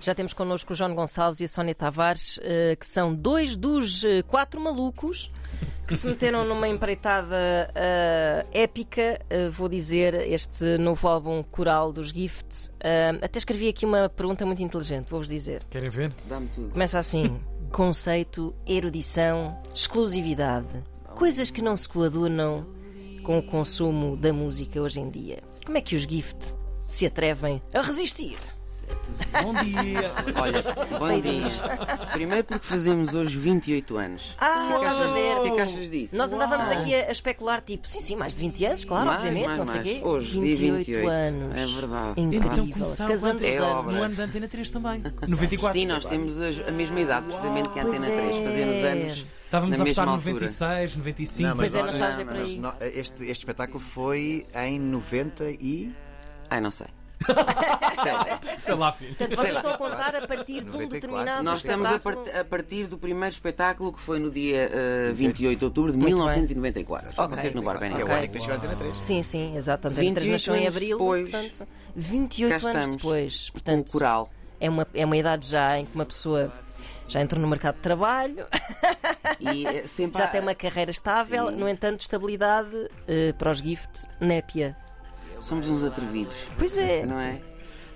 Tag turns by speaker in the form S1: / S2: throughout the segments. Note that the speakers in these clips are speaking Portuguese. S1: Já temos connosco o João Gonçalves e a Sónia Tavares, eh, que são dois dos eh, quatro malucos que se meteram numa empreitada eh, épica, eh, vou dizer, este novo álbum coral dos Gift. Eh, até escrevi aqui uma pergunta muito inteligente, vou-vos dizer.
S2: Querem ver?
S3: Dá-me tudo.
S1: Começa assim: conceito, erudição, exclusividade. Coisas que não se coadunam com o consumo da música hoje em dia. Como é que os Gift se atrevem a resistir?
S2: Bom dia!
S3: Olha, bom dia. Primeiro porque fazemos hoje 28 anos.
S1: Ah, estás a ver?
S3: O que é que achas disso?
S1: Nós andávamos aqui a, a especular, tipo, sim, sim, mais de 20 anos, claro,
S3: Mais,
S1: obviamente,
S3: mais,
S1: não sei o
S3: mais.
S1: quê.
S3: Hoje, dia 28
S1: anos.
S3: É verdade.
S1: Incrível.
S2: Então começaram
S1: Casando
S2: quando?
S1: os
S3: É
S1: anos.
S3: obra.
S2: No ano da Antena 3 também. 94.
S3: Sim, nós temos a, a mesma idade, precisamente, que a
S1: Pois
S3: Antena
S1: é.
S3: 3. Fazemos anos
S2: Estávamos
S3: na
S2: a votar
S3: mesma
S2: em
S3: altura.
S2: 96, 95.
S4: Não,
S1: Pois
S4: mas
S1: é,
S4: nós-
S1: nostalgia
S3: não,
S1: por aí.
S4: No- Este, este espetáculo foi em 90 e.
S3: Ai, não sei. Sei.
S2: Sei lá, filho.
S1: Portanto, vocês estão a contar a partir de um
S4: 94.
S1: determinado
S3: Nós estamos a,
S1: espetáculo.
S3: part- a partir do primeiro espetáculo que foi no dia eh, 28 de outubro de
S1: Muito bem.
S3: 1994. Vocês no um Barbenham.
S4: Que é o ano em que nasceu a Antena 3.
S1: Sim, sim, exato. A Antena 3
S3: 28
S1: nasceu em
S3: anos
S1: abril,
S3: depois.
S1: portanto, 28
S3: Cá
S1: anos
S3: estamos.
S1: depois.
S3: O
S1: Portanto,
S3: coral.
S1: é uma, é uma idade já em que uma pessoa já entrou no mercado de trabalho,
S3: E eh, sempre
S1: já
S3: há-
S1: tem uma carreira estável,
S3: Sim.
S1: no entanto, estabilidade eh, para os gift, népia.
S3: Somos uns atrevidos.
S1: Pois é,
S3: Não é?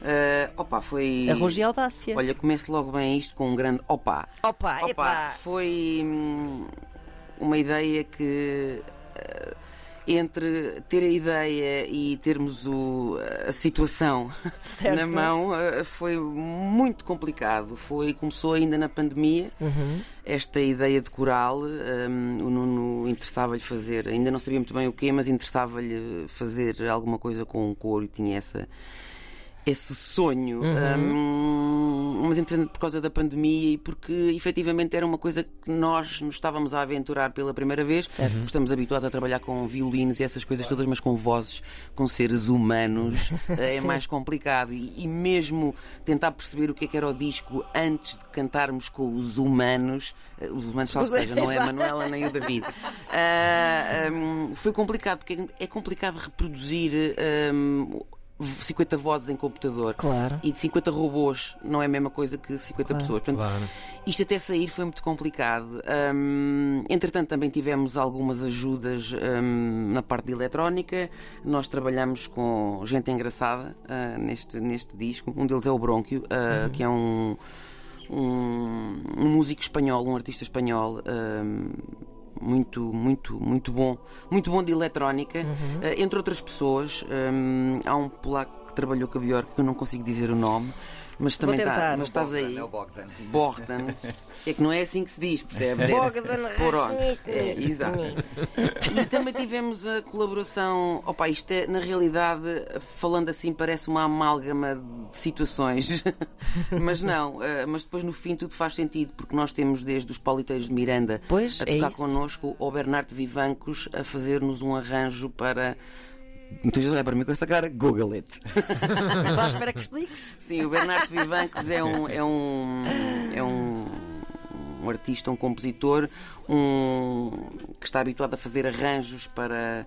S3: Eh, opa, foi.
S1: arrojo e audácia.
S3: Olha, começo logo bem isto com um grande opa.
S1: Opa, epá.
S3: Foi hum, uma ideia que eh, entre ter a ideia e termos o- a situação
S1: Certo.
S3: na mão eh, foi muito complicado. Foi, começou ainda na pandemia
S1: Uhum.
S3: esta ideia de coral. hum, o Nuno interessava-lhe fazer, ainda não sabia muito bem o quê, mas interessava-lhe fazer alguma coisa com o couro e tinha essa esse sonho, hum, mas entretanto por causa da pandemia e porque efetivamente era uma coisa que nós nos estávamos a aventurar pela primeira vez.
S1: Certo.
S3: Estamos habituados a trabalhar com violinos e essas coisas todas, mas com vozes, com seres humanos, é mais complicado. E, e mesmo tentar perceber o que é que era o disco antes de cantarmos com os humanos, eh, os humanos só
S1: Pois é,
S3: seja, não é a
S1: exato.
S3: Manuela nem o David. Ah, hum, foi complicado, porque é complicado reproduzir. hum, 50 vozes em computador
S1: Claro.
S3: e de 50 robôs não é a mesma coisa que 50 pessoas. Portanto,
S2: Claro.
S3: Isto até sair foi muito complicado. Hum, entretanto, também tivemos algumas ajudas hum, na parte de eletrónica. Nós trabalhamos com gente engraçada ah, neste, neste disco. Um deles é o Bronquio,
S1: Uhum.
S3: ah, que é um, um, um músico espanhol, um artista espanhol. hum, muito, muito, muito bom. Muito bom de eletrónica. Ah, entre outras pessoas, hum, há um polaco que trabalhou com a Bjork, que eu não consigo dizer o nome, mas também tá-
S1: tentar.
S3: mas estás aí.
S4: É o Bogdan.
S3: Hum, Bogdan. É que não é assim que se diz, percebes? Era
S1: Bogdan
S3: por onde?
S1: Rasnick.
S3: É, Exato. E também tivemos a colaboração. Opa, isto é, na realidade, falando assim, parece uma amálgama de situações. Mas não, eh, mas depois no fim tudo faz sentido, porque nós temos desde os Pauliteiros de Miranda
S1: Pois,
S3: a
S1: é
S3: tocar
S1: isso.
S3: connosco o Bernardo Vivancos a fazer-nos um arranjo para. Não estejas a olhar para mim com essa cara? Google it.
S1: Estou Então, à espera que expliques.
S3: Sim, o Bernardo Vivanques é um, é um, é um, um artista, um compositor, um, que está habituado a fazer arranjos para,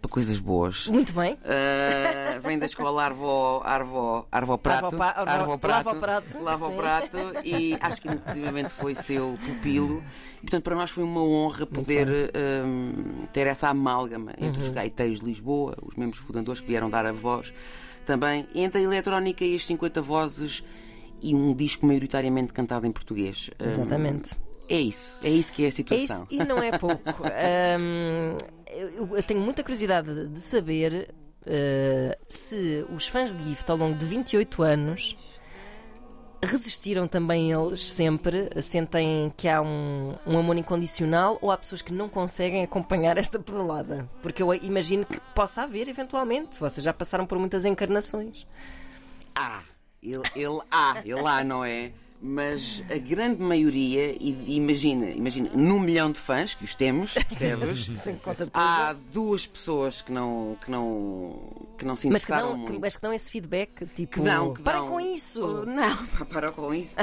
S3: para coisas boas.
S1: Muito bem.
S3: Ah, vem da escola Arvo, Arvo, Arvo Prato.
S1: Arvo Pa- Arvo- Lava o Prato.
S3: Lava o
S1: Sim.
S3: Prato. E acho que inclusivamente foi seu pupilo. E, portanto, para nós foi uma honra poder hum, ter essa amálgama entre
S1: Uhum.
S3: os gaiteiros de Lisboa, os membros fundadores que vieram dar a voz também, entre a eletrónica e as 50 vozes e um disco maioritariamente cantado em português. Hum,
S1: Exatamente.
S3: é isso. É isso que é a
S1: É
S3: situação.
S1: isso, e não é pouco. Ahm, eu, eu tenho muita curiosidade de saber eh, se os fãs de Gift ao longo de 28 anos resistiram também eles sempre, sentem que há um, um amor incondicional ou há pessoas que não conseguem acompanhar esta pedalada. Porque eu imagino que possa haver eventualmente, vocês já passaram por muitas encarnações.
S3: há. Ele, ele há, ele há, não é? Mas a grande maioria, e imagina, imagina, num milhão de fãs que os temos, percebes?
S1: Sim, com certeza.
S3: Há duas pessoas que não, que não, que não se
S1: mas, que
S3: interessaram
S1: dão, que,
S3: muito.
S1: mas que dão esse feedback, tipo,
S3: Que dão, que
S1: para
S3: dão.
S1: com
S3: Oh,
S1: isso!
S3: Não, pá, para com isso.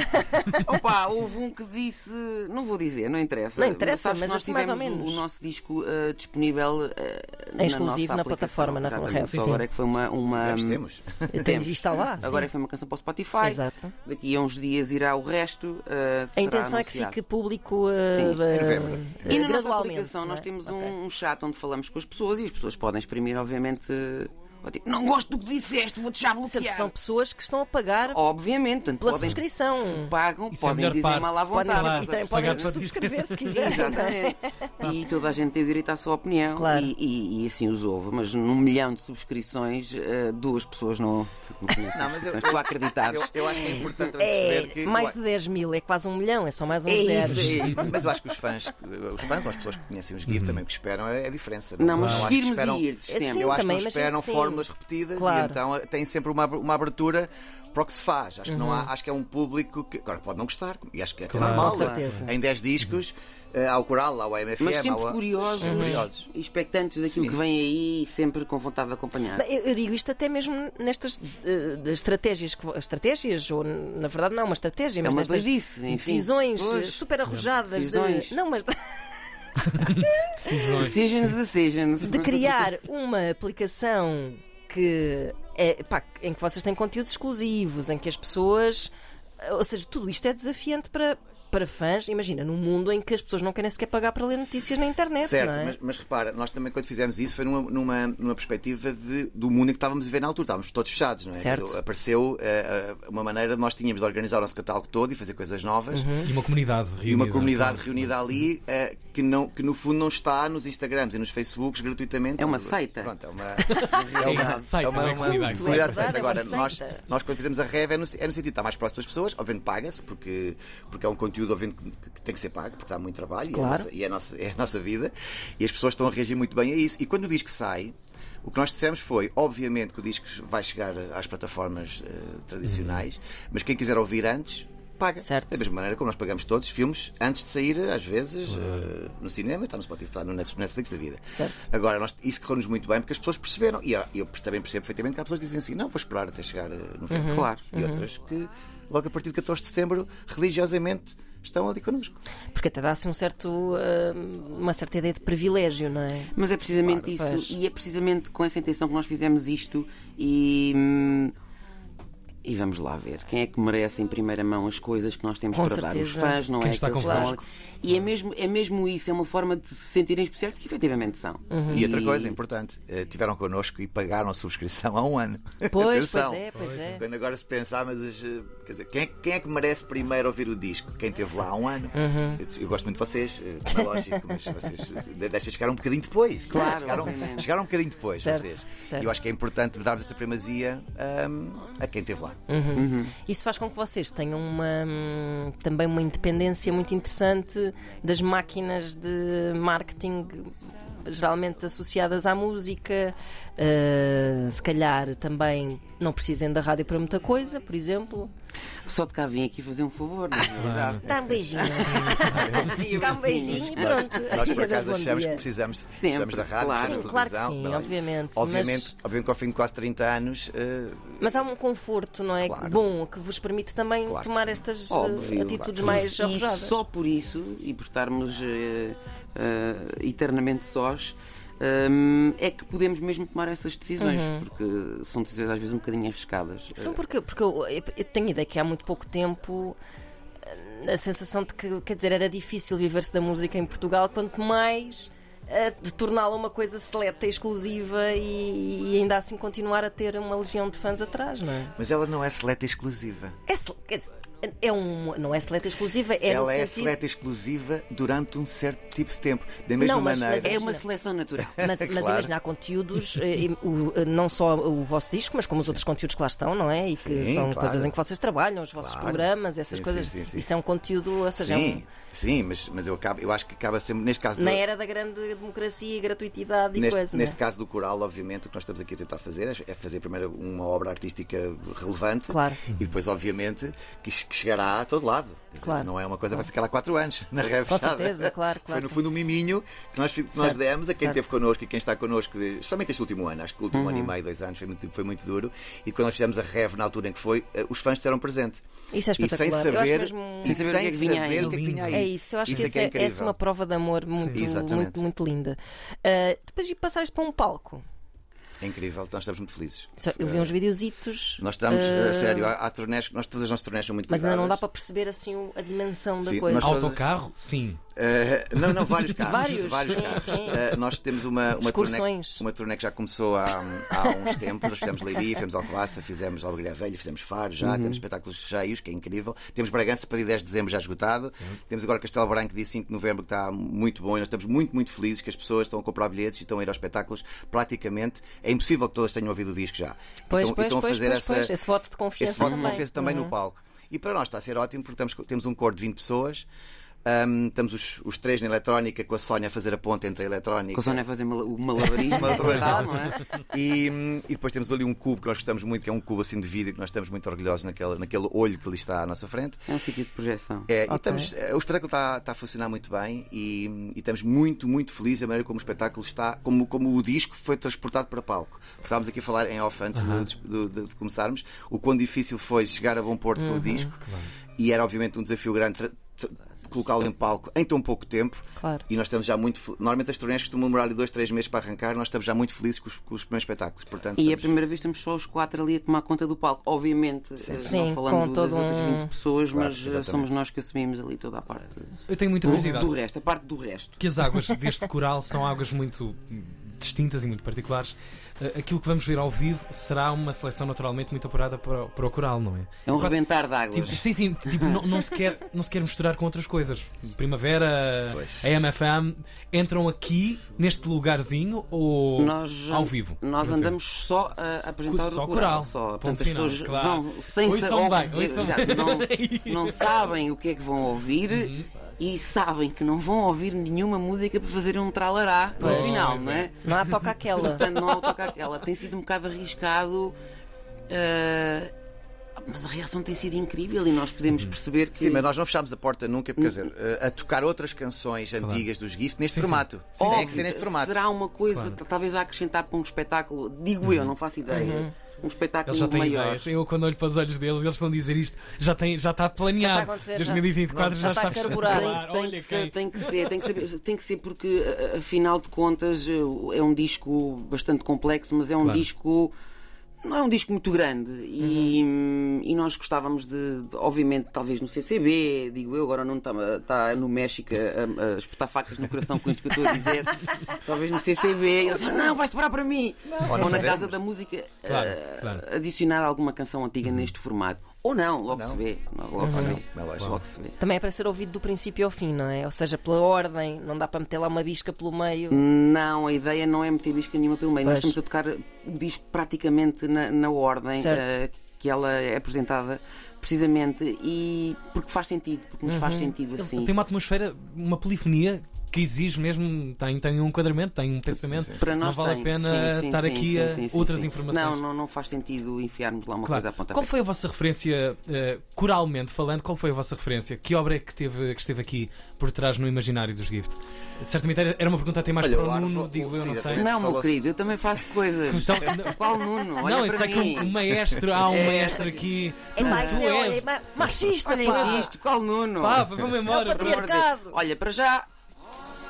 S3: Opa, houve um que disse. Não vou dizer, não interessa.
S1: Não interessa,
S3: Sabes que
S1: mas
S3: nós
S1: assim, mais
S3: tivemos
S1: ou
S3: o-
S1: menos. É
S3: o nosso disco eh, disponível eh, na
S1: exclusivo
S3: nossa
S1: na
S3: aplicação.
S1: plataforma, na
S3: Exatamente.
S1: Rap,
S3: Só
S1: sim.
S3: agora é que foi uma. uma
S4: Mas temos.
S1: Temos. Está lá. sim.
S3: Agora é que foi uma canção para o Spotify.
S1: Exato.
S3: Daqui a uns dias irá o resto. eh,
S1: A
S3: será
S1: intenção é que
S3: anunciado.
S1: fique público eh,
S3: Sim, em
S1: eh,
S4: novembro.
S3: E na nossa
S1: gradualmente.
S3: aplicação
S1: não é?
S3: nós temos
S1: Ok.
S3: um, um chat onde falamos com as pessoas e as pessoas podem exprimir, obviamente. eh, ó, tipo, não gosto do que disseste, vou-te já
S1: Sendo
S3: bloquear.
S1: que são pessoas que estão a pagar
S3: Obviamente, portanto,
S1: é pela
S3: podem
S1: subscrição.
S3: pagam,
S2: Isso é a
S3: podem
S2: melhor
S3: dizer
S2: parte.
S3: mal à
S1: Podem,
S3: vontade.
S2: Claro,
S1: e também
S2: pagar
S1: podem
S2: para dizer.
S1: subscrever se quiserem.
S3: Exatamente. e toda a gente tem o direito à sua opinião.
S1: Claro.
S3: E, e- e assim os houve, mas num milhão de subscrições, eh, duas pessoas não.
S4: Não, mas eu-
S3: estou a acreditar.
S4: Eu, eu acho que é importante perceber
S1: É,
S4: que.
S1: mais de 10 mil, é quase um milhão, é só mais uns
S3: É isso,
S1: zeros.
S3: é
S4: Mas eu acho que os fãs, os fãs ou as pessoas que conhecem os GIF
S1: Hum.
S4: também o que esperam é a diferença.
S3: Não, mas
S4: acho que
S3: firmes e
S4: esperam- É
S3: irtos,
S4: Eu
S3: sempre.
S4: acho que
S1: Também,
S4: não
S1: mas
S4: esperam
S1: sim.
S4: fórmulas repetidas
S1: Claro.
S4: e então eh, têm sempre uma, ab- uma abertura para o que se faz. Acho que, não
S1: Uhum.
S4: há, acho que é um público que agora pode não gostar, e acho que é até normal.
S1: Com certeza.
S4: Em 10 discos, eh, há o coral, há o MFM,
S3: Mas
S4: há
S3: sempre
S4: o...
S3: curiosos,
S4: sempre curiosos.
S3: e expectantes daquilo
S4: Sim.
S3: que vem aí e sempre com vontade de acompanhar.
S1: Bem, Eu, eu digo isto até mesmo nestas eh, de estratégias, que vo- estratégias, ou n- na verdade não é uma estratégia, mas
S3: uma
S1: nestas
S3: doidice, enfim.
S1: decisões eh,
S3: Pois.
S1: super arrojadas de-
S3: Decisões.
S1: não, mas de,
S2: Decisões.
S3: Decisions, decisions.
S1: de criar uma aplicação que é, pá, em que vocês têm conteúdos exclusivos, em que as pessoas, ou seja, tudo isto é desafiante para para fãs, imagina, num mundo em que as pessoas não querem sequer pagar para ler notícias na internet,
S4: Certo,
S1: não é?
S4: mas, mas repara, nós também quando fizemos isso foi numa, numa, numa perspectiva de- do mundo em que estávamos a viver na altura, estávamos todos fechados, não é?
S1: Certo.
S4: Quando Apareceu eh, eh, uma maneira de nós tínhamos de organizar o nosso catálogo todo e fazer coisas novas.
S1: Uhum.
S2: E uma comunidade reunida.
S4: E uma comunidade reunida ali eh, que, não, que no fundo não está nos Instagrams e nos Facebooks gratuitamente.
S3: É uma seita.
S4: Pronto, é uma,
S2: É isso, seita, não é
S1: seita.
S2: comunidade,
S4: comunidade
S1: É
S4: seita.
S1: uma
S4: Agora,
S1: seita.
S4: nós, nós quando fizemos a rev é no, é no sentido de estar mais próximo das pessoas, obviamente paga-se, porque, porque é um conteúdo obviamente, que, que tem que ser pago, porque está muito trabalho
S1: Claro.
S4: e, é a nossa, e é a nossa, é a nossa vida, e as pessoas estão a reagir muito bem a isso. E quando o disco sai. O que nós dissemos foi, obviamente, que o disco vai chegar às plataformas eh, tradicionais, mas quem quiser ouvir antes, paga.
S1: Certo.
S4: Da mesma maneira como nós pagamos todos os filmes antes de sair, às vezes, eh, no cinema, está no Spotify, no Net- Netflix da vida.
S1: Certo.
S4: Agora, nós, isso correu-nos muito bem porque as pessoas perceberam. E ah, eu também percebo perfeitamente que há pessoas que dizem assim: não, vou esperar até chegar eh, no fim.
S1: Uhum.
S3: Claro.
S4: E outras que, logo a partir de 14 de setembro, religiosamente, estão ali connosco.
S1: Porque até dá assim um certo, ah, uma certa ideia de privilégio, não é?
S3: Mas é precisamente
S1: Claro,
S3: isso,
S1: pois.
S3: e é precisamente com essa intenção que nós fizemos isto e. hum, E vamos lá ver quem é que merece em primeira mão as coisas que nós temos
S1: Com
S3: para
S1: certeza.
S3: dar. Os fãs, não
S2: Quem
S3: é?
S2: está
S3: aqueles que
S2: convosco.
S3: estão ali. E é mesmo, é mesmo isso, é uma forma de se sentirem especiais, porque efetivamente são.
S1: Uhum.
S4: E outra coisa importante: eh, tiveram connosco e pagaram a subscrição há um ano.
S1: Pois,
S4: Atenção.
S1: pois é, pois é.
S4: Quando agora se pensar, mas eh, quer dizer, quem, é, quem é que merece primeiro ouvir o disco? Quem esteve lá há um ano?
S1: Uhum.
S4: Eu, disse, eu gosto muito de vocês, eh, como é lógico, mas vocês eh, deixem chegar um bocadinho depois.
S3: Claro,
S4: chegaram,
S3: obviamente.
S4: chegaram um bocadinho depois
S1: Certo,
S4: vocês.
S1: certo.
S4: E eu acho que é importante darmos essa primazia ahm, a quem esteve lá.
S1: Uhum. Isso faz com que vocês tenham uma, hum, também uma independência muito interessante das máquinas de marketing geralmente associadas à música. Ah, se calhar também não precisem da rádio para muita coisa, por exemplo.
S3: Só de cá vim aqui fazer um favor, na verdade. assim,
S1: Dá um beijinho. Dá um beijinho e pronto.
S4: Nós, por acaso,
S1: Bom
S4: achamos que
S1: dia.
S4: precisamos,
S3: Sempre,
S4: precisamos da rádio,
S3: claro.
S4: precisamos
S1: Sim,
S4: da
S1: claro que
S4: televisão.
S1: sim,
S4: Não, é?
S1: obviamente,
S4: Obviamente,
S1: mas-
S4: obviamente que ao fim de quase 30 anos. eh,
S1: Mas há um conforto, não é?
S4: Claro.
S1: Bom, que vos permite também
S4: Claro que
S1: tomar
S4: sim.
S1: estas ah,
S3: Óbvio.
S1: atitudes
S3: claro.
S1: mais
S3: e
S1: arrojadas.
S3: só por isso, e por estarmos eh, eh, eternamente sós, ehm, é que podemos mesmo tomar essas decisões, porque são decisões às vezes um bocadinho arriscadas.
S1: Uhum. São porque, porque eu, eu tenho ideia que há muito pouco tempo eh, a sensação de que, quer dizer, era difícil viver-se da música em Portugal, quanto mais eh, de torná-la uma coisa seleta, e exclusiva e, e ainda assim continuar a ter uma legião de fãs atrás, não é?
S4: mas ela não é seleta e exclusiva.
S1: É, sel- quer dizer, é um, não é seleta exclusiva, é no
S4: ela é
S1: sentido-
S4: seleta e exclusiva durante um certo tipo de tempo. Da mesma
S1: Não, mas-
S4: maneira.
S1: mas
S3: É uma
S1: Imagina.
S3: seleção natural.
S1: Mas, mas
S4: Claro.
S1: imagina, há conteúdos, eh, e o- eh, não só o vosso disco, mas como os outros conteúdos que lá estão, não é? E que
S4: Sim,
S1: são
S4: claro.
S1: coisas em que vocês trabalham, os vossos
S4: Claro.
S1: programas, essas
S4: Sim,
S1: coisas.
S4: sim, sim, sim.
S1: Isso é um conteúdo, ou seja, é um-
S4: Sim, sim, mas, mas eu, acabo, eu acho que acaba sempre, neste caso,
S1: Na
S4: do-
S1: era da grande democracia, gratuitidade e
S4: neste,
S1: coisa.
S4: neste
S1: não é?
S4: caso do coral, obviamente, o que nós estamos aqui a tentar fazer é- é fazer primeiro uma obra artística relevante
S1: Claro.
S4: e depois, obviamente, que, es- que que chegará a todo lado. Quer dizer,
S1: Claro.
S4: Não é uma coisa que vai ficar lá quatro anos na revistada.
S1: Com certeza, claro,
S4: Foi
S1: claro.
S4: no fundo um miminho que nós, fi- que nós
S1: Certo,
S4: demos a quem
S1: certo. Uhum.
S4: esteve connosco e quem está connosco, de- especialmente este último ano, acho que o último ano e meio, dois anos, foi muito, foi muito duro. E quando nós fizemos a rev na altura em que foi, eh, os fãs disseram presente.
S1: Isso é
S4: E sem
S1: espetacular. Eu acho
S4: saber,
S1: mesmo.
S4: e
S3: Sem saber o que é que vinha aí.
S4: saber o que é que vinha aí.
S1: É isso, eu acho que
S4: é
S1: isso é, essa é
S4: incrível.
S1: uma prova de amor muito,
S4: Exatamente.
S1: muito, muito linda. Ah, depois de passares para um palco,
S4: É incrível, nós estamos muito felizes.
S1: Só- eu vi uns videozitos.
S4: Eh, Nós estamos,
S1: ah,
S4: a sério, há, há turnés, nós, todas as nossas turnés são muito
S1: Mas ainda
S4: cuidadas.
S1: não dá para perceber assim o- a dimensão da
S4: Sim,
S1: coisa.
S4: nós-
S2: Autocarro? Sim.
S4: Eh, não, não, vários carros.
S1: Vários, sim,
S4: carros.
S1: sim.
S4: Eh, nós temos uma, uma turnê,
S1: Excursões.
S4: uma turnê que já começou há, há uns tempos. Nós fizemos Leiria, fizemos Alcobaça, fizemos Albergaria Velha, fizemos Faro já,
S1: Uhum.
S4: temos espetáculos cheios, que é incrível. Temos Bragança para dia 10 de dezembro já esgotado.
S1: Uhum.
S4: Temos agora Castelo Branco, dia 5 de novembro, que está muito bom. E nós estamos muito, muito felizes que as pessoas estão a comprar bilhetes e estão a ir aos espetáculos. Praticamente é impossível que todas tenham ouvido o disco já.
S1: Pois,
S4: então,
S1: pois,
S4: estão a
S1: pois,
S4: fazer
S1: pois,
S4: essa,
S1: pois. Esse voto de confiança
S4: esse voto
S1: também.
S4: de confiança também
S3: Uhum.
S4: no palco. E para nós está a ser ótimo porque estamos, co- temos um coro de 20 pessoas. hum, estamos os, os três na eletrónica com a Sónia a fazer a ponta entre a eletrónica
S3: Com a Sónia a fazer mala- o malabarismo.
S4: Malabarismo.
S3: não é?
S4: e, hum, e depois temos ali um cubo que nós gostamos muito, que é um cubo assim de vidro, que nós estamos muito orgulhosos naquele, naquele olho que ali está à nossa frente.
S3: É um sítio de projeção.
S4: É, e
S1: Ok.
S4: estamos- eh, o espetáculo está, está a funcionar muito bem e, e estamos muito, muito felizes da maneira como o espetáculo está, como, como o disco foi transportado para palco. Porque Estávamos aqui a falar em off antes do- do- de, de começarmos o quão difícil foi chegar a bom porto
S1: Uhum.
S4: com o disco e era obviamente um desafio grande. tra- tra- Colocá-lo em palco em tão pouco tempo
S1: Claro.
S4: e nós estamos já muito. fel- Normalmente as turnês costumam demorar ali dois, três meses para arrancar, nós estamos já muito felizes com os, com os primeiros espetáculos. Portanto,
S3: E a
S4: estamos-
S3: primeira vez estamos só os quatro ali a tomar conta do palco. Obviamente, eh,
S1: Sim,
S3: não
S1: com
S3: falando das
S1: todo
S3: outras
S1: um-
S3: 20 pessoas,
S4: Claro,
S3: mas eh,
S4: exatamente.
S3: somos nós que assumimos ali toda a parte
S2: Eu tenho muita
S3: do,
S2: curiosidade.
S3: do resto, a parte do resto.
S2: Que as águas deste coral são águas muito hum, distintas e muito particulares. Uh, Aquilo que vamos ver ao vivo será uma seleção naturalmente muito apurada para, o- para o coral, não é?
S3: É um
S2: Quase-
S3: rebentar de águas.
S2: Tipo, sim, sim, tipo, não, não se quer, não se quer misturar com outras coisas. Primavera,
S4: Pois.
S2: a MFM, entram aqui, neste lugarzinho, ou
S3: Nós,
S2: ao vivo?
S3: Nós
S2: Portanto,
S3: andamos só a apresentar
S2: Só
S3: o coral.
S2: coral.
S3: Só.
S2: Ponto
S3: Portanto, as
S2: final,
S3: pessoas
S2: claro.
S3: vão sem
S2: Ouçam
S3: ou-
S2: bem, ouçam
S3: Exato,
S2: bem. Uhum.
S3: Não, não sabem o que é que vão ouvir e sabem que não vão ouvir nenhuma música para fazer um tralará no
S2: Pois.
S3: final,
S2: Pois
S3: não
S2: é.
S3: é?
S1: Não há toca aquela.
S3: Portanto, não há o toque àquela. Tem sido um bocado arriscado. eh, mas a reação tem sido incrível e nós podemos
S2: Uhum.
S3: perceber que.
S4: Sim, mas nós não fechámos a porta nunca, porque, quer dizer, eh, a tocar outras canções antigas dos GIFT neste
S2: Sim, sim.
S4: formato.
S2: Sim,
S4: Tem
S2: sim.
S4: que ser neste formato.
S3: Será uma coisa, t- talvez a acrescentar para um espetáculo, digo eu, não faço ideia. Um espetáculo
S2: Uhum. Eles já têm
S3: maior.
S2: ideias. Eu, quando olho para os olhos deles, eles estão a dizer isto. Já, tem, já está
S1: Já está a
S2: planeado.
S1: acontecer, já.
S2: 2024 já,
S1: Já está a
S2: fechado.
S1: carburar.
S2: Claro,
S3: Tem
S2: olha
S3: que, ser,
S2: quem.
S3: tem que ser, tem que ser, tem que ser porque a- a- afinal de contas eh, é um disco bastante complexo, mas é um
S2: Claro.
S3: disco não é um disco muito grande e,
S2: Uhum.
S3: e nós gostávamos de, de, obviamente talvez no CCB, digo eu, agora não está tá no México a, a espetar facas no coração com isto que eu estou a dizer, talvez no CCB, e eles não, vai sobrar para mim. Ou,
S4: não
S3: na
S4: fazemos.
S3: Casa da Música eh,
S2: Claro, Uhum. claro.
S3: adicionar alguma canção antiga neste formato. Ou não, logo
S4: não.
S3: se vê.
S2: Uhum.
S3: Logo se vê.
S4: É lógico.
S3: Logo se vê.
S1: Também é para ser ouvido do princípio ao fim, não é? Ou seja, pela ordem, não dá para meter lá uma bisca pelo meio.
S3: Não, a ideia não é meter bisca nenhuma pelo meio. Nós
S1: Pois.
S3: estamos a tocar o disco praticamente na, na ordem
S1: Certo.
S3: eh, que ela é apresentada, precisamente, e porque faz sentido, porque nos
S2: Uhum.
S3: faz sentido assim.
S2: Tem uma atmosfera, uma polifonia que exige mesmo. Tem, tem um enquadramento, tem um pensamento.
S3: Para
S2: não
S3: nós
S2: vale
S3: tem.
S2: a pena
S3: Sim, sim,
S2: estar
S3: sim,
S2: aqui
S3: sim,
S2: a
S3: sim, sim,
S2: outras
S3: sim.
S2: informações.
S3: Não, não, não faz sentido enfiarmos lá uma
S2: Claro.
S3: coisa é a apontar.
S2: Qual foi a vossa referência, eh, coralmente falando, qual foi a vossa referência? Que obra é que, teve, que esteve aqui por trás no imaginário dos Gift? Certamente era era uma pergunta até mais
S4: Olha,
S2: para
S4: o
S2: o
S4: Arvo-
S2: Nuno, digo eu,
S4: sim,
S2: não sei.
S4: exatamente.
S3: Não, meu
S4: Falou-se-
S3: querido, eu também faço coisas.
S2: Então, não,
S3: Qual Nuno? Olha
S2: não, eu
S3: para
S2: sei que
S3: mim.
S2: um, um maestro, há um
S3: É.
S2: maestro aqui.
S1: É mais,
S2: tu
S1: é,
S2: és.
S1: olha, é machista, nem
S3: Olha
S1: disto.
S3: isto, qual Nuno?
S2: Pá, vamos
S1: É o
S2: embora.
S3: Pelo amor de Deus.
S1: Patriarcado.
S3: Olha, para já,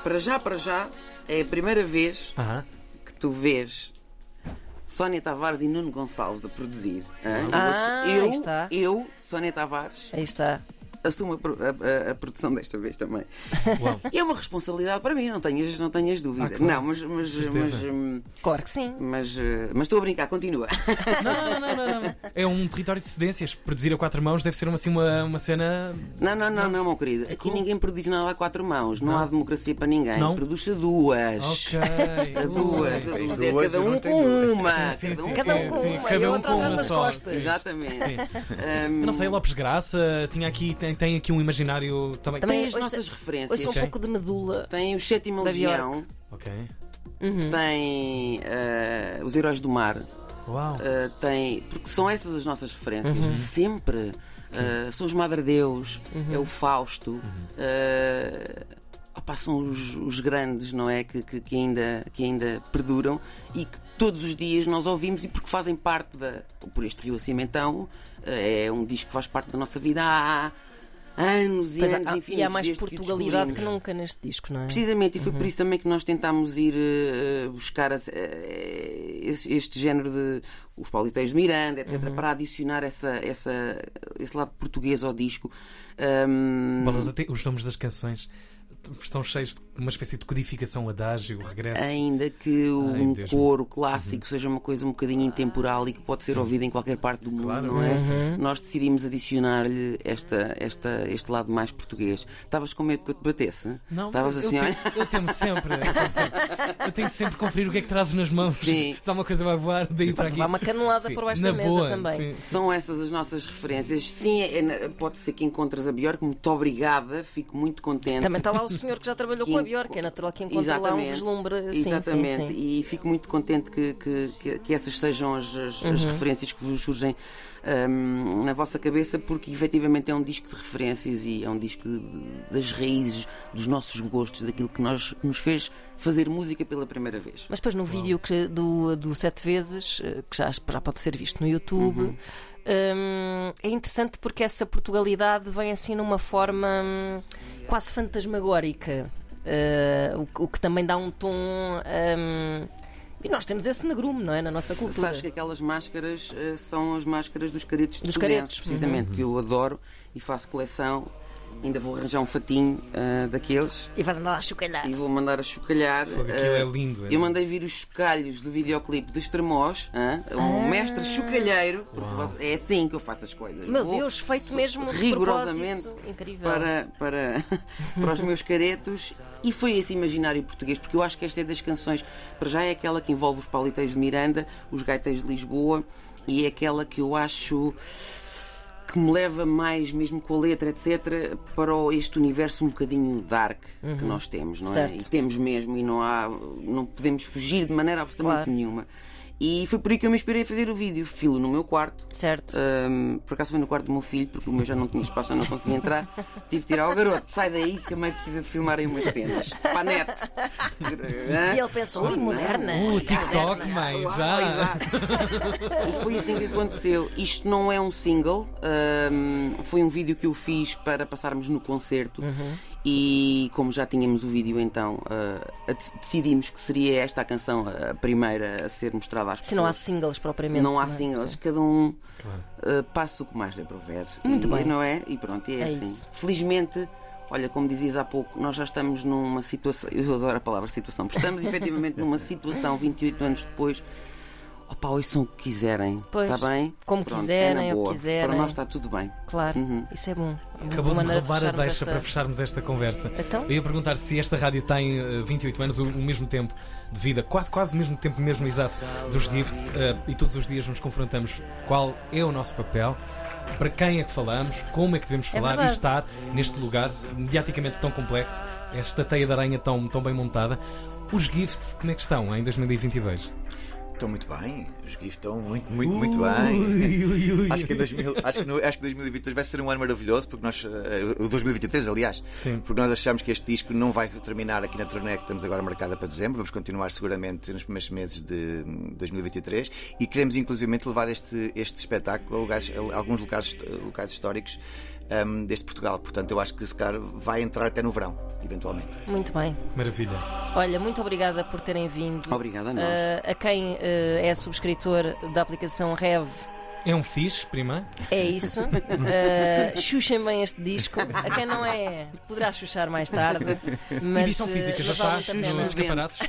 S3: para já, para já, é a primeira vez
S2: Aham.
S3: que tu vês Sónia Tavares e Nuno Gonçalves a produzir. hã?
S1: Ah,
S3: eu,
S1: aí está.
S3: eu, Sónia Tavares,
S1: Aí está.
S3: assumo a, pro- a- a- a produção desta vez também.
S2: Uau.
S3: E é uma responsabilidade para mim, não tenhas, não tenhas dúvida.
S2: Ah, claro.
S3: Não, mas, mas, mas,
S2: Certeza.
S3: hum,
S1: Claro que sim.
S3: mas, eh, mas estou a brincar, continua.
S2: Não, não, não, não, não. É um território de cedências. Produzir a quatro mãos deve ser uma, assim, uma, uma cena.
S3: Não, não, não, não, meu querido. Aqui ninguém produz nada a quatro mãos, não, há democracia para ninguém.
S2: Não?
S3: Produz-se a duas.
S2: Ok. Uh.
S3: A duas, a
S4: Tens
S3: duas, é
S4: duas
S3: cada
S4: e
S3: um
S4: não tem
S3: com
S4: duas.
S3: uma.
S2: Sim, sim,
S1: Cada um com
S2: sim,
S1: uma, e
S2: cada
S1: a
S2: um
S1: outra
S2: com
S1: atrás
S2: uma
S1: das
S2: só.
S1: costas.
S2: Sim.
S3: Exatamente.
S2: Sim.
S3: Hum,
S2: Eu não sei, Lopes Graça tinha aqui, tem, tem aqui um imaginário também.
S1: Também-
S3: tem as
S1: Ouça-
S3: nossas referências.
S1: Ouça um
S2: Ok.
S1: pouco de medula.
S3: Tem o Sétimo
S1: Da
S3: Legião,
S1: Uhum.
S2: Ok.
S3: tem eh, os Heróis do Mar,
S2: Uau.
S3: Uh, tem, porque são essas as nossas referências
S1: Uhum.
S3: de sempre. Uh, são os Madre Deus,
S1: Uhum.
S3: é o Fausto. uh, opá, são os, os grandes, não é? Que, que, que ainda, que ainda perduram e que todos os dias nós ouvimos e porque fazem parte da. Por este Rio Acima, então, uh, é um disco que faz parte da nossa vida há anos e
S1: Pois há-
S3: anos
S1: há-
S3: infinitos.
S1: e há mais
S3: desde que o
S1: Portugalidade que
S3: descobrimos.
S1: nunca neste disco, não é?
S3: Precisamente, e foi
S2: Uhum.
S3: por isso também que nós tentámos ir eh, buscar as- eh, esse- este género de. os pauliteiros de Miranda, etc.,
S2: Uhum.
S3: para adicionar essa, essa- esse lado português ao disco. Ahm,
S2: Bolas, até os nomes das canções estão cheios de uma espécie de codificação, adágio, regresso.
S3: Ainda que o-
S2: Ai,
S3: um
S2: Deus Uhum. meu.
S3: coro clássico seja uma coisa um bocadinho intemporal e que pode ser ouvida em qualquer parte do mundo,
S2: Claro. Uhum.
S3: não é? Nós decidimos adicionar-lhe esta, esta- este lado mais português. Estavas com medo que eu te batesse?
S2: Não,
S3: Estavas
S2: eu,
S3: assim, olha.
S2: tenho, eu temo sempre, eu temo sempre. Eu tenho de sempre conferir o que é que trazes nas mãos.
S3: Sim.
S2: Se alguma coisa vai voar, daí para
S1: Vais
S2: aqui.
S1: levar uma canelada
S4: Sim.
S1: por baixo
S2: Na
S1: da mesa
S2: boa,
S1: também.
S2: sim.
S3: São essas as nossas referências. Sim, é- é na- pode ser que encontres a Bjork. Muito obrigada, fico muito contente.
S1: Também está lá o senhor que já trabalhou com a
S3: Que
S1: Bjork, é natural que encontre
S3: Exatamente.
S1: lá um vislumbre. Sim,
S3: Exatamente.
S1: Sim, sim.
S3: E fico muito contente que, que, que- que essas sejam as, as- as
S1: Uhum.
S3: referências que vos surgem hum, na vossa cabeça, porque efetivamente é um disco de referências e é um disco de- das raízes, dos nossos gostos, daquilo que nós, nos fez fazer música pela primeira vez.
S1: Mas depois no vídeo que- do, do Sete Vezes, eh, que já, já pode ser visto no YouTube,
S3: Uhum.
S1: hum, é interessante porque essa Portugalidade vem assim numa forma hum, quase fantasmagórica, eh, o, que- o que também dá um tom. hum, e nós temos esse negrume, não é? Na nossa cultura.
S3: Sabes que aquelas máscaras eh, são as máscaras dos caretos de
S1: Dos
S3: Tudenses,
S1: caretos, uhum.
S3: precisamente, que eu adoro e faço coleção. Ainda vou arranjar um fatinho eh, daqueles
S1: E vais andar lá a chocalhar.
S3: e vou mandar a chocalhar.
S2: Fogo,
S3: eh,
S2: aquilo é lindo, é
S3: Eu mandei vir os chocalhos do videoclipe de Estremoz, hã? um mestre chocalheiro, porque você- é assim que eu faço as coisas.
S1: Ah. Meu
S3: Vou
S1: Deus, feito
S3: sou-
S1: mesmo de
S3: rigorosamente
S1: propósito. Incrível.
S3: para, para, para os meus caretos. E foi esse imaginário português, porque eu acho que esta é das canções, para já é aquela que envolve os pauliteiros de Miranda, os gaiteiros de Lisboa, e é aquela que eu acho que me leva mais, mesmo com a letra, etc., para o- este universo um bocadinho dark que nós temos, não é?
S1: Uhum. Certo.
S3: E temos mesmo, e não há, não podemos fugir de maneira absolutamente
S1: Claro.
S3: nenhuma. E foi por aí que eu me inspirei a fazer o vídeo. Filo no meu quarto,
S1: Certo.
S3: Ahm, por acaso foi no quarto do meu filho, porque o meu já não tinha espaço, já não conseguia entrar. Tive de tirar o garoto, sai daí que a mãe precisa de filmar aí umas cenas. Para a net.
S1: E ele pensou, ui, moderna.
S2: Uh, TikTok, mãe, já.
S3: E foi assim que aconteceu. Isto não é um single, ahm, foi um vídeo que eu fiz para passarmos no concerto.
S2: Uhum.
S3: E como já tínhamos o vídeo, então ah, a- decidimos que seria esta a canção a primeira a ser mostrada às pessoas.
S1: Se não há singles propriamente.
S3: Não há
S1: é?
S3: singles,
S1: Sim.
S3: cada um
S2: Claro.
S3: uh, passa o que mais lhe prover.
S1: Muito
S3: e,
S1: bem.
S3: Não é? E pronto, é,
S1: É
S3: assim.
S1: isso.
S3: Felizmente, olha, como dizias há pouco, nós já estamos numa situação. Eu adoro a palavra situação, porque estamos efetivamente numa situação 28 anos depois. Opa, ouçam o que quiserem,
S1: Pois,
S3: está bem?
S1: como
S3: Pronto,
S1: quiserem,
S3: é na
S1: o que
S3: boa.
S1: quiserem.
S3: Para nós está tudo bem.
S1: Claro,
S3: Uhum.
S1: isso é bom. É uma
S2: Acabou de
S1: boa
S2: me
S1: maneira
S2: roubar a
S1: fecharmos
S2: deixa
S1: esta-
S2: para fecharmos esta conversa.
S1: Então?
S2: Eu ia perguntar se esta rádio tem eh, 28 anos, o, o mesmo tempo de vida, quase quase o mesmo tempo mesmo exato dos Gift, eh, e todos os dias nos confrontamos qual é o nosso papel, para quem é que falamos, como é que devemos falar e
S1: verdade.
S2: estar neste lugar mediaticamente tão complexo, esta teia de aranha tão, tão bem montada. Os Gift, como é que estão em 2022?
S4: Estão muito bem, os GIFs estão muito, muito, muito bem.
S2: Ui, ui, ui.
S4: Acho que, em 2000, acho, que no- acho que 2023 vai ser um ano maravilhoso, porque nós. eh, O 2023, aliás.
S2: Sim.
S4: Porque nós achamos que este disco não vai terminar aqui na turnê que estamos agora marcada para dezembro. Vamos continuar seguramente nos primeiros meses de hum, 2023 e queremos, inclusivamente, levar este, este espetáculo a, lugares- a alguns lugares, locais históricos hum, deste Portugal. Portanto, eu acho que se calhar vai entrar até no verão, eventualmente.
S1: Muito bem.
S2: Maravilha.
S1: Olha, muito obrigada por terem vindo.
S3: Obrigada a nós.
S1: Ah, a quem ah, é subscritor da aplicação Rev,
S2: É um fixe, prima.
S1: é isso. Ah, Xuxem bem este disco. A quem não é, poderá chuchar mais tarde. Mas,
S2: Edição
S1: ah,
S2: física, já
S1: mas vale muito
S2: está
S1: a pena.
S2: nos escaparates.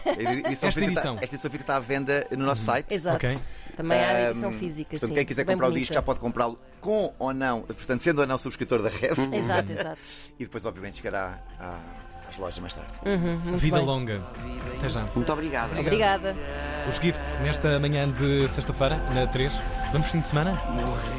S4: Esta
S2: Esta edição.
S4: Está, esta edição fica está à venda no nosso site.
S1: Exato.
S2: Ok.
S1: Também há a edição
S4: Ahm,
S1: física.
S4: portanto,
S1: sim.
S4: quem quiser
S1: Bem
S4: comprar o
S1: bonita.
S4: disco já pode comprá-lo com ou não, portanto, sendo ou não subscritor da Rev.
S1: Exato, exato.
S4: E depois, obviamente, chegará à- às lojas mais tarde.
S1: Uhum, muito
S2: Vida
S1: bem.
S2: longa. Até já.
S3: Muito obrigada.
S1: Obrigada.
S2: Os Gift, nesta manhã de sexta-feira, na 3. Vamos fim de semana?